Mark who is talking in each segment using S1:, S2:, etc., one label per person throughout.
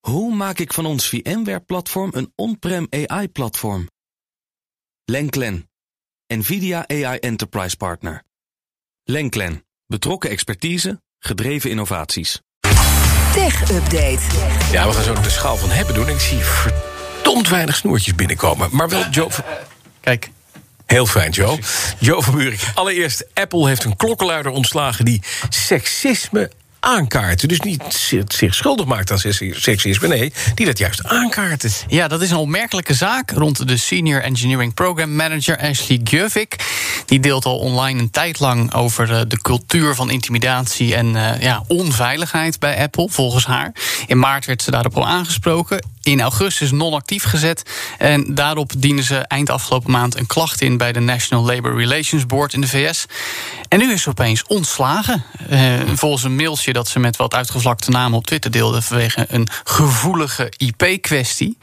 S1: Hoe maak ik van ons VMware-platform een on-prem AI-platform? Lenklen, NVIDIA AI Enterprise Partner. Lenklen, betrokken expertise, gedreven innovaties.
S2: Tech Update.
S3: Ja, we gaan zo nog de schaal van hebben doen. Ik zie verdomd weinig snoertjes binnenkomen. Maar wel Joe. van-
S4: Eh, Kijk.
S3: Heel fijn, Joe. Joe van Buurik. Allereerst, Apple heeft een klokkenluider ontslagen die seksisme aankaarten. Dus niet zi- zich schuldig maakt aan seks- seksisme, nee, die dat juist aankaarten.
S4: Ja, dat is een opmerkelijke zaak rond de Senior Engineering Program Manager Ashley Gjövik. Die deelt al online een tijd lang over eh, de cultuur van intimidatie en eh, ja, onveiligheid bij Apple, volgens haar. In maart werd ze daarop al aangesproken. In augustus non-actief gezet. En daarop dienen ze eind afgelopen maand een klacht in bij de National Labor Relations Board in de VS. En nu is ze opeens ontslagen. Eh, volgens een mailtje dat ze met wat uitgevlakte namen op Twitter deelde vanwege een gevoelige IP-kwestie.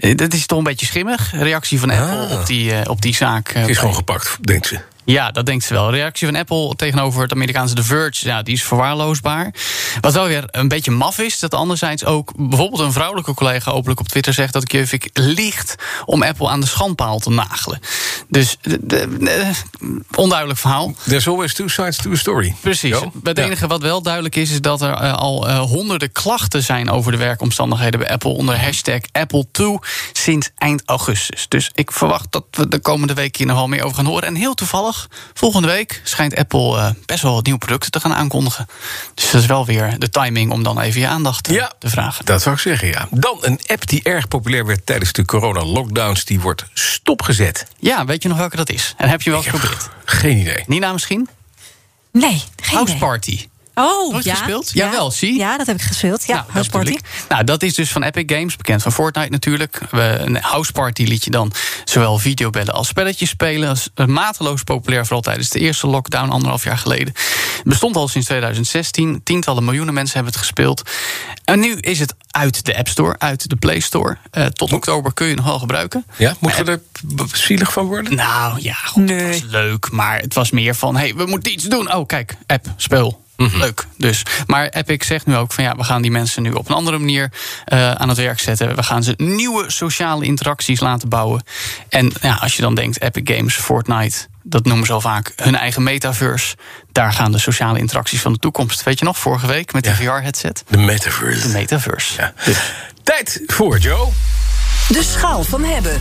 S4: Eh, dat is toch een beetje schimmig. Reactie van Apple op die, eh, op die zaak. eh,
S3: Die is gewoon gepakt, denkt ze.
S4: ja, dat denkt ze wel. De reactie van Apple tegenover het Amerikaanse The Verge, ja, die is verwaarloosbaar. Wat wel weer een beetje maf is, dat anderzijds ook bijvoorbeeld een vrouwelijke collega openlijk op Twitter zegt dat Kjevik liegt om Apple aan de schandpaal te nagelen. Dus de- de- de- onduidelijk verhaal.
S3: There's always two sides to a story.
S4: Precies.
S3: Jo?
S4: Het
S3: Ja.
S4: enige wat wel duidelijk is, is dat er eh, al eh, honderden klachten zijn over de werkomstandigheden bij Apple onder hashtag Apple2 sinds eind augustus. Dus ik verwacht dat we de komende week hier nog wel meer over gaan horen. En heel toevallig, volgende week schijnt Apple eh, best wel wat nieuwe producten te gaan aankondigen. Dus dat is wel weer de timing om dan even je aandacht eh,
S3: Ja.
S4: te vragen.
S3: Dat zou ik zeggen, ja. Dan een app die erg populair werd tijdens de corona-lockdowns... die wordt stopgezet.
S4: Ja, weet je nog welke dat is? En heb je wel
S3: Ik heb
S4: geprobeerd?
S3: Geen idee.
S4: Nina misschien?
S2: Nee, geen
S4: House
S2: idee.
S4: Party.
S2: Oh,
S4: Nooit
S2: ja.
S4: gespeeld?
S2: Ja.
S4: Jawel, zie.
S2: Ja, dat heb ik gespeeld. Ja,
S4: Nou,
S2: House
S4: dat
S2: Party.
S4: bedoel ik. Nou, dat is dus van Epic Games, bekend van Fortnite natuurlijk. We- Een house party liet je dan zowel videobellen als spelletjes spelen. Dat is eh, mateloos populair, vooral tijdens de eerste lockdown anderhalf jaar geleden. Het bestond al sinds 2016. Tientallen miljoenen mensen hebben het gespeeld. En nu is het uit de App Store, uit de Play Store. Eh, tot oktober kun je het nog wel gebruiken.
S3: Ja, moeten we er b- zielig van worden?
S4: Nou ja, goed,
S2: Nee.
S4: het was leuk. Maar het was meer van, hey, we moeten iets doen. Oh, kijk, app, speel.
S3: Mhm.
S4: Leuk. Dus. Maar Epic zegt nu ook van ja, we gaan die mensen nu op een andere manier eh, aan het werk zetten. We gaan ze nieuwe sociale interacties laten bouwen. En ja, als je dan denkt, Epic Games, Fortnite, dat noemen ze al vaak hun eigen metaverse. Daar gaan de sociale interacties van de toekomst. Weet je nog, vorige week met die
S3: Ja.
S4: VR-headset?
S3: De metaverse.
S4: De metaverse.
S3: Ja. Tijd voor, Joe.
S2: De schaal van hebben.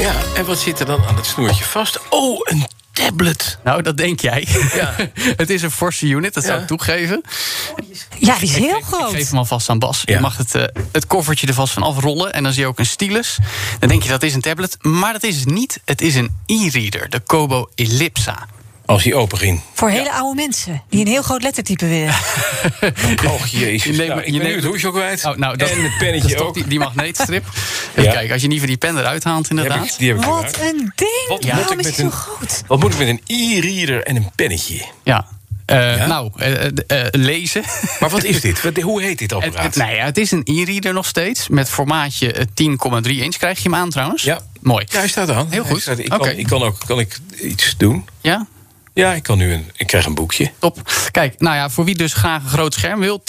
S3: Ja, en wat zit er dan aan het snoertje vast? Oh, een tablet.
S4: Nou, dat denk jij.
S3: Ja.
S4: het is een forse unit, dat zou
S3: Ja.
S4: ik toegeven.
S2: Ja, die is heel
S4: Ik- Ik geef
S2: groot.
S4: hem alvast aan Bas.
S3: Ja.
S4: Je mag het, eh, het koffertje er vast van afrollen. En dan zie je ook een stylus. Dan denk je dat is een tablet. Maar dat is het niet. Het is een e-reader. De Kobo Ellipsa.
S3: Als hij open ging.
S2: Voor hele oude mensen die een heel groot lettertype willen.
S3: Och, jezus.
S4: Je neemt-
S3: nou, ik ben
S4: je
S3: nu
S4: neemt-
S3: het hoesje ook kwijt.
S4: Oh, nou, dat,
S3: en het
S4: dat is
S3: pennetje
S4: toch
S3: ook.
S4: Die, die magneetstrip. Even
S3: Ja.
S4: kijken, als je liever die pen eruit haalt
S3: Die
S4: inderdaad.
S3: heb ik, die heb ik
S2: Wat
S3: gedaan.
S2: een ding.
S3: Wat moet ik
S2: Waarom is
S3: met
S2: die zo
S3: een-
S2: groot?
S3: Wat moet ik met een e-reader en een pennetje?
S4: Ja. Eh,
S3: Ja?
S4: Nou, eh, eh, eh, lezen.
S3: Maar wat is dit? Wat- hoe heet dit
S4: Het,
S3: apparaat?
S4: het, nou ja, het is een e-reader nog steeds. Met formaatje eh, 10,3 inch. Krijg je hem aan trouwens?
S3: Ja.
S4: Mooi.
S3: Ja, hij staat aan.
S4: Heel
S3: Hij
S4: goed.
S3: staat- ik,
S4: Oké.
S3: kan, ik kan ook kan ik iets doen.
S4: Ja?
S3: Ja, ik kan nu een. Ik krijg een boekje.
S4: Top. Kijk, nou ja, voor wie dus graag een groot scherm wil,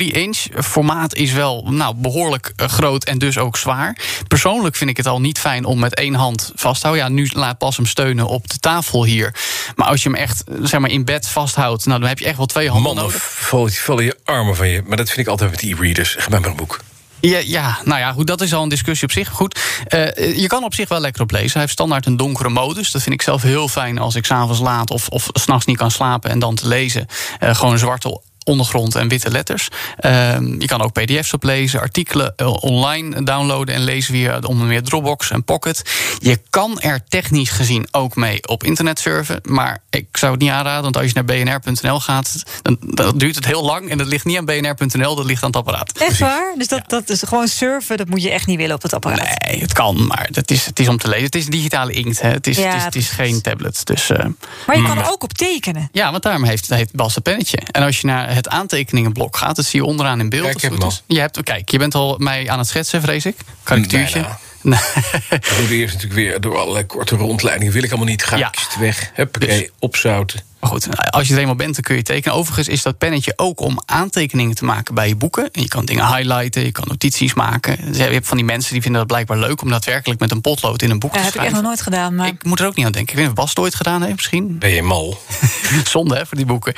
S4: 10,3 inch. Formaat is wel nou, behoorlijk eh, groot en dus ook zwaar. Persoonlijk vind ik het al niet fijn om met één hand vast te houden. Ja, nu laat Bas hem steunen op de tafel hier. Maar als je hem echt eh, zeg maar, in bed vasthoudt, nou, dan heb je echt wel twee handen
S3: Mannen
S4: nodig.
S3: vallen vallen je armen van je. Maar dat vind ik altijd met e-readers. Geef mij maar een boek.
S4: Ja, ja, nou ja, goed, dat is al een discussie op zich. Goed, eh, je kan op zich wel lekker op lezen. Hij heeft standaard een donkere modus. Dat vind ik zelf heel fijn als ik s'avonds laat of, of s'nachts niet kan slapen en dan te lezen. Eh, gewoon zwarte ondergrond en witte letters. Ehm, je kan ook pdf's oplezen, artikelen eh, online downloaden en lezen via onder meer Dropbox en Pocket. Je kan er technisch gezien ook mee op internet surfen, maar ik zou het niet aanraden, want als je naar bnr.nl gaat, dan, dan duurt het heel lang en dat ligt niet aan bnr.nl, dat ligt aan het apparaat.
S2: Echt waar? Dus dat, dat is gewoon surfen, dat moet je echt niet willen op het apparaat.
S4: Nee, het kan, maar het is, het is om te lezen. Het is digitale inkt, hè. Het, is,
S2: Ja,
S4: het, is, het is
S2: precies.
S4: geen tablet. Dus, eh,
S2: Maar je kan er ook op tekenen.
S4: ja, want daarom heeft, heeft Bas een pennetje. En als je naar het aantekeningenblok gaat, dat zie je onderaan in beeld.
S3: Kijk,
S4: als
S3: ik
S4: het
S3: heb
S4: goed
S3: hem
S4: is. Je hebt, kijk, je bent al mij aan het schetsen, vrees ik. Karikatuurtje.
S3: Bijna. Dat moet eerst natuurlijk weer door allerlei korte rondleidingen. Wil ik allemaal niet. Ga
S4: Ja.
S3: ik het weg. Huppakee,
S4: Dus-
S3: opzouten.
S4: Maar goed, nou, als je er eenmaal bent, dan kun je tekenen. Overigens is dat pennetje ook om aantekeningen te maken bij je boeken. En je kan dingen highlighten, je kan notities maken. Dus je hebt van die mensen die vinden dat blijkbaar leuk... om daadwerkelijk met een potlood in een boek
S2: Ja,
S4: te
S2: heb ik echt nog
S4: schrijven.
S2: nooit gedaan. Maar
S4: Ik moet er ook niet aan denken. Ik weet niet of Bas het ooit gedaan heeft misschien.
S3: Ben je mal?
S4: Zonde hè, voor die boeken.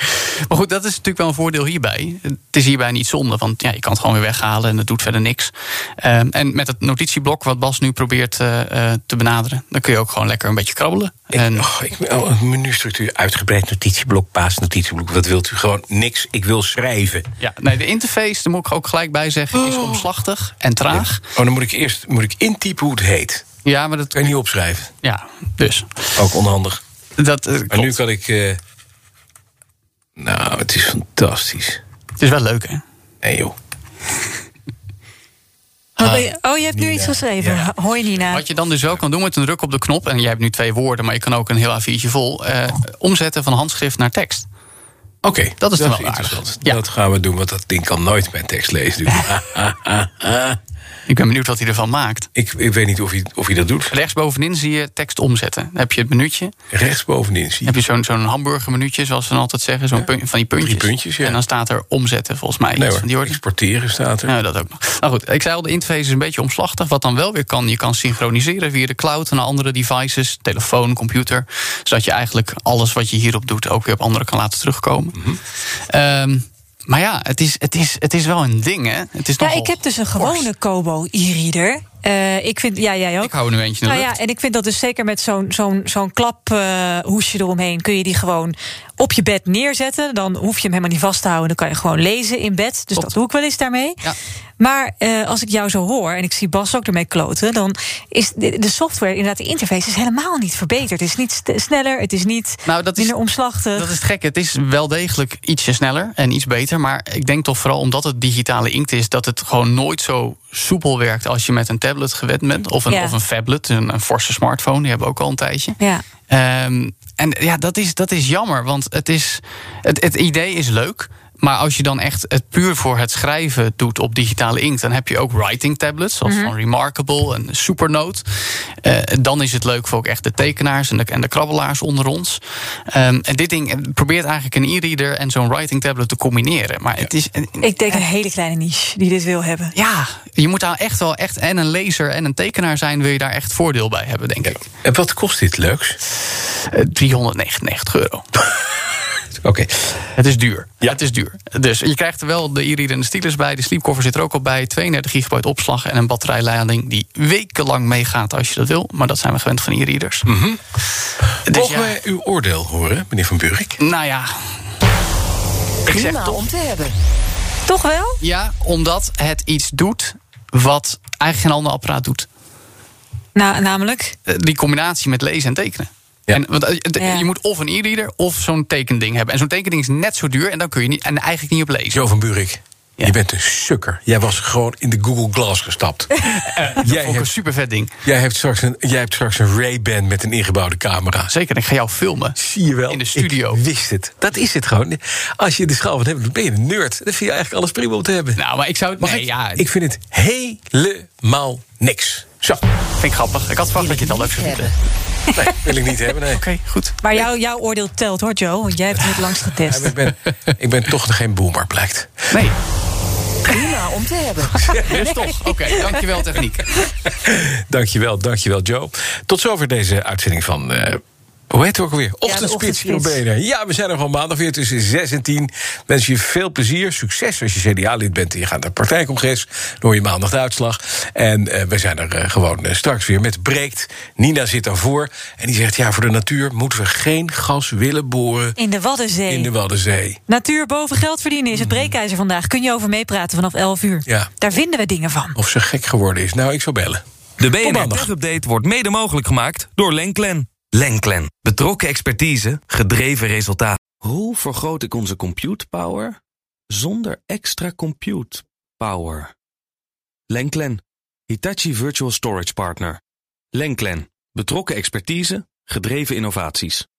S4: Maar goed, dat is natuurlijk wel een voordeel hierbij. Het is hierbij niet zonde, want ja, je kan het gewoon weer weghalen... en het doet verder niks. Ehm, en met het notitieblok wat Bas nu probeert eh, eh, te benaderen... dan kun je ook gewoon lekker een beetje krabbelen. En-
S3: Ik, oh, ik, oh, een menustructuur, uitgebreid notitieblok, paasnotitieblok. Wat wilt u? Gewoon niks. Ik wil schrijven.
S4: Ja, nee, de interface, daar moet ik ook gelijk bij zeggen, is omslachtig en traag.
S3: Oh, dan moet ik eerst moet ik intypen hoe het heet.
S4: Ja, maar dat.
S3: Kan je niet opschrijven.
S4: Ja, dus.
S3: Ook onhandig.
S4: Dat, eh,
S3: Maar nu
S4: klopt.
S3: kan ik. eh, nou, het is fantastisch.
S4: Het is wel leuk, hè?
S3: Nee, joh.
S2: wat ben je- oh, je hebt nu
S3: Nina.
S2: iets geschreven.
S3: Ja.
S2: Hoi Nina.
S4: Wat je dan dus wel kan doen met een druk op de knop, en jij hebt nu twee woorden, maar je kan ook een heel A4'tje vol,
S3: Oh.
S4: eh, omzetten van handschrift naar tekst.
S3: Oké,
S4: Dat is dan wel aardig.
S3: interessant.
S4: Ja.
S3: Dat gaan we doen, want dat ding kan nooit mijn tekst lezen. Dus.
S4: Ik ben benieuwd wat hij ervan maakt.
S3: ik, ik weet niet of hij, of hij dat doet.
S4: Rechtsbovenin zie je tekst omzetten. Dan heb je het minuutje.
S3: Rechtsbovenin zie je.
S4: heb je zo'n zo'n hamburgermenuutje, zoals we dan altijd zeggen. Zo'n punt- van die puntjes.
S3: Drie puntjes, ja.
S4: En dan staat er omzetten, volgens mij.
S3: Nee
S4: iets van die
S3: hoor,
S4: orde.
S3: exporteren staat er.
S4: Nou, dat ook nog. Nou goed, ik zei al, de interface is een beetje omslachtig. Wat dan wel weer kan, je kan synchroniseren via de cloud naar andere devices, telefoon, computer. Zodat je eigenlijk alles wat je hierop doet ook weer op anderen kan laten terugkomen.
S3: Mhm.
S4: Ehm, maar ja, het is, het, is, het is wel een ding, hè? Het is
S2: Ja,
S4: nogal
S2: ik heb dus een
S4: fors.
S2: gewone Kobo e-reader. Eh, ik vind, ja, jij ook.
S4: Ik hou er nu eentje in de
S2: Nou ja,
S4: lucht.
S2: en ik vind dat dus zeker met zo'n zo'n zo'n klaphoesje eromheen... kun je die gewoon op je bed neerzetten. Dan hoef je hem helemaal niet vast te houden. Dan kan je gewoon lezen in bed. Dus dat doe ik wel eens daarmee.
S4: Ja.
S2: Maar eh, als ik jou zo hoor, en ik zie Bas ook ermee kloten... dan is de, de software, inderdaad, de interface is helemaal niet verbeterd. Het is niet st- sneller, het is niet
S4: Nou, dat is-
S2: minder omslachtig.
S4: Dat is het gekke. Het is wel degelijk ietsje sneller en iets beter. Maar ik denk toch vooral omdat het digitale inkt is... dat het gewoon nooit zo soepel werkt als je met een tablet gewend bent. Of een,
S2: Ja.
S4: of een phablet, een, een forse smartphone. Die hebben we ook al een tijdje.
S2: Ja.
S4: Ehm, en ja, dat is, dat is jammer, want het, is, het, het idee is leuk. Maar als je dan echt het puur voor het schrijven doet op digitale inkt... dan heb je ook writing tablets, zoals van Remarkable en Supernote. Eh, dan is het leuk voor ook echt de tekenaars en de, en de krabbelaars onder ons. Ehm, en dit ding probeert eigenlijk een e-reader en zo'n writing tablet te combineren. Maar het is...
S2: Ik denk een hele kleine niche die dit wil hebben.
S4: Ja, je moet daar echt wel echt en een lezer en een tekenaar zijn... wil je daar echt voordeel bij hebben, denk ik.
S3: En wat kost dit leuks?
S4: Eh, 399 euro.
S3: Oké.
S4: Het is duur. Het is duur. Dus je krijgt er wel de e-reader en de stylus bij. De sleepcover zit er ook al bij. 32 gigabyte opslag en een batterijleiding die wekenlang meegaat als je dat wil. Maar dat zijn we gewend van e-readers.
S3: Mhm.
S4: Dus
S3: Mogen
S4: ja,
S3: wij uw oordeel horen, meneer Van Burek?
S4: Nou ja. Ik zeg
S5: Prima om te hebben.
S2: Toch wel?
S4: ja, omdat het iets doet wat eigenlijk geen ander apparaat doet.
S2: Nou, namelijk...
S4: Eh, Die combinatie met lezen en tekenen.
S3: Ja.
S4: En, want eh, het-
S2: Ja.
S4: Je moet of een e-reader of zo'n tekending hebben. En zo'n tekending is net zo duur en dan kun je niet, en eigenlijk niet op lezen.
S3: Jo van Burek,
S4: Ja.
S3: je bent een sukker. Jij was gewoon in de Google Glass gestapt. jij,
S4: Ook een
S3: hebt,
S4: super vet ding.
S3: jij, hebt straks een, jij hebt straks een Ray-Ban met een ingebouwde camera.
S4: Zeker, ik ga jou filmen.
S3: Zie je wel.
S4: In de studio.
S3: Ik wist het. Dat is het gewoon. Als je de schaal van hebt, dan ben je een nerd. Dan vind je eigenlijk alles prima om te hebben.
S4: Nou, maar ik zou het.
S3: Mag
S4: nee,
S3: ik?
S4: ja,
S3: ik vind het helemaal niks. Zo,
S4: vind ik grappig. Ik had verwacht dat je het al leuk zou
S5: Niet
S4: vinden.
S5: hebben.
S3: nee, wil ik niet hebben. Nee.
S4: Oké, goed.
S2: Maar jou, jouw oordeel telt hoor, Joe. Want jij hebt het langst
S3: Ja, maar
S2: getest.
S3: Ik ben, ik ben toch geen boomer, blijkt.
S4: Nee,
S5: Prima om te hebben.
S4: dus toch. Oké, dankjewel techniek.
S3: Dankjewel, dankjewel Joe. Tot zover deze uitzending van... eh, hoe heet het ook alweer? Ochtendspits, ja,
S2: ochtendspits.
S3: Ja, we zijn er gewoon maandag weer tussen 6 en 10. Wens je veel plezier, succes als je CDA-lid bent... en je gaat naar het partijcongres, dan hoor je maandag de uitslag. En eh, we zijn er eh, gewoon eh, straks weer met Breekt. Nina zit daarvoor en die zegt... ja, voor de natuur moeten we geen gas willen boren
S2: In de Waddenzee.
S3: in de Waddenzee.
S2: Natuur boven geld verdienen is het breekijzer vandaag. Kun je over meepraten vanaf 11 uur.
S3: Ja.
S2: Daar vinden we dingen van.
S3: Of ze gek geworden is. Nou, ik zou bellen.
S1: De
S3: Tot
S1: BNR
S3: maandag.
S1: Tech Update wordt mede mogelijk gemaakt door Lenklen. Lenklen. Betrokken expertise, gedreven resultaat. Hoe vergroot ik onze compute power zonder extra compute power? Lenklen. Hitachi Virtual Storage Partner. Lenklen. Betrokken expertise, gedreven innovaties.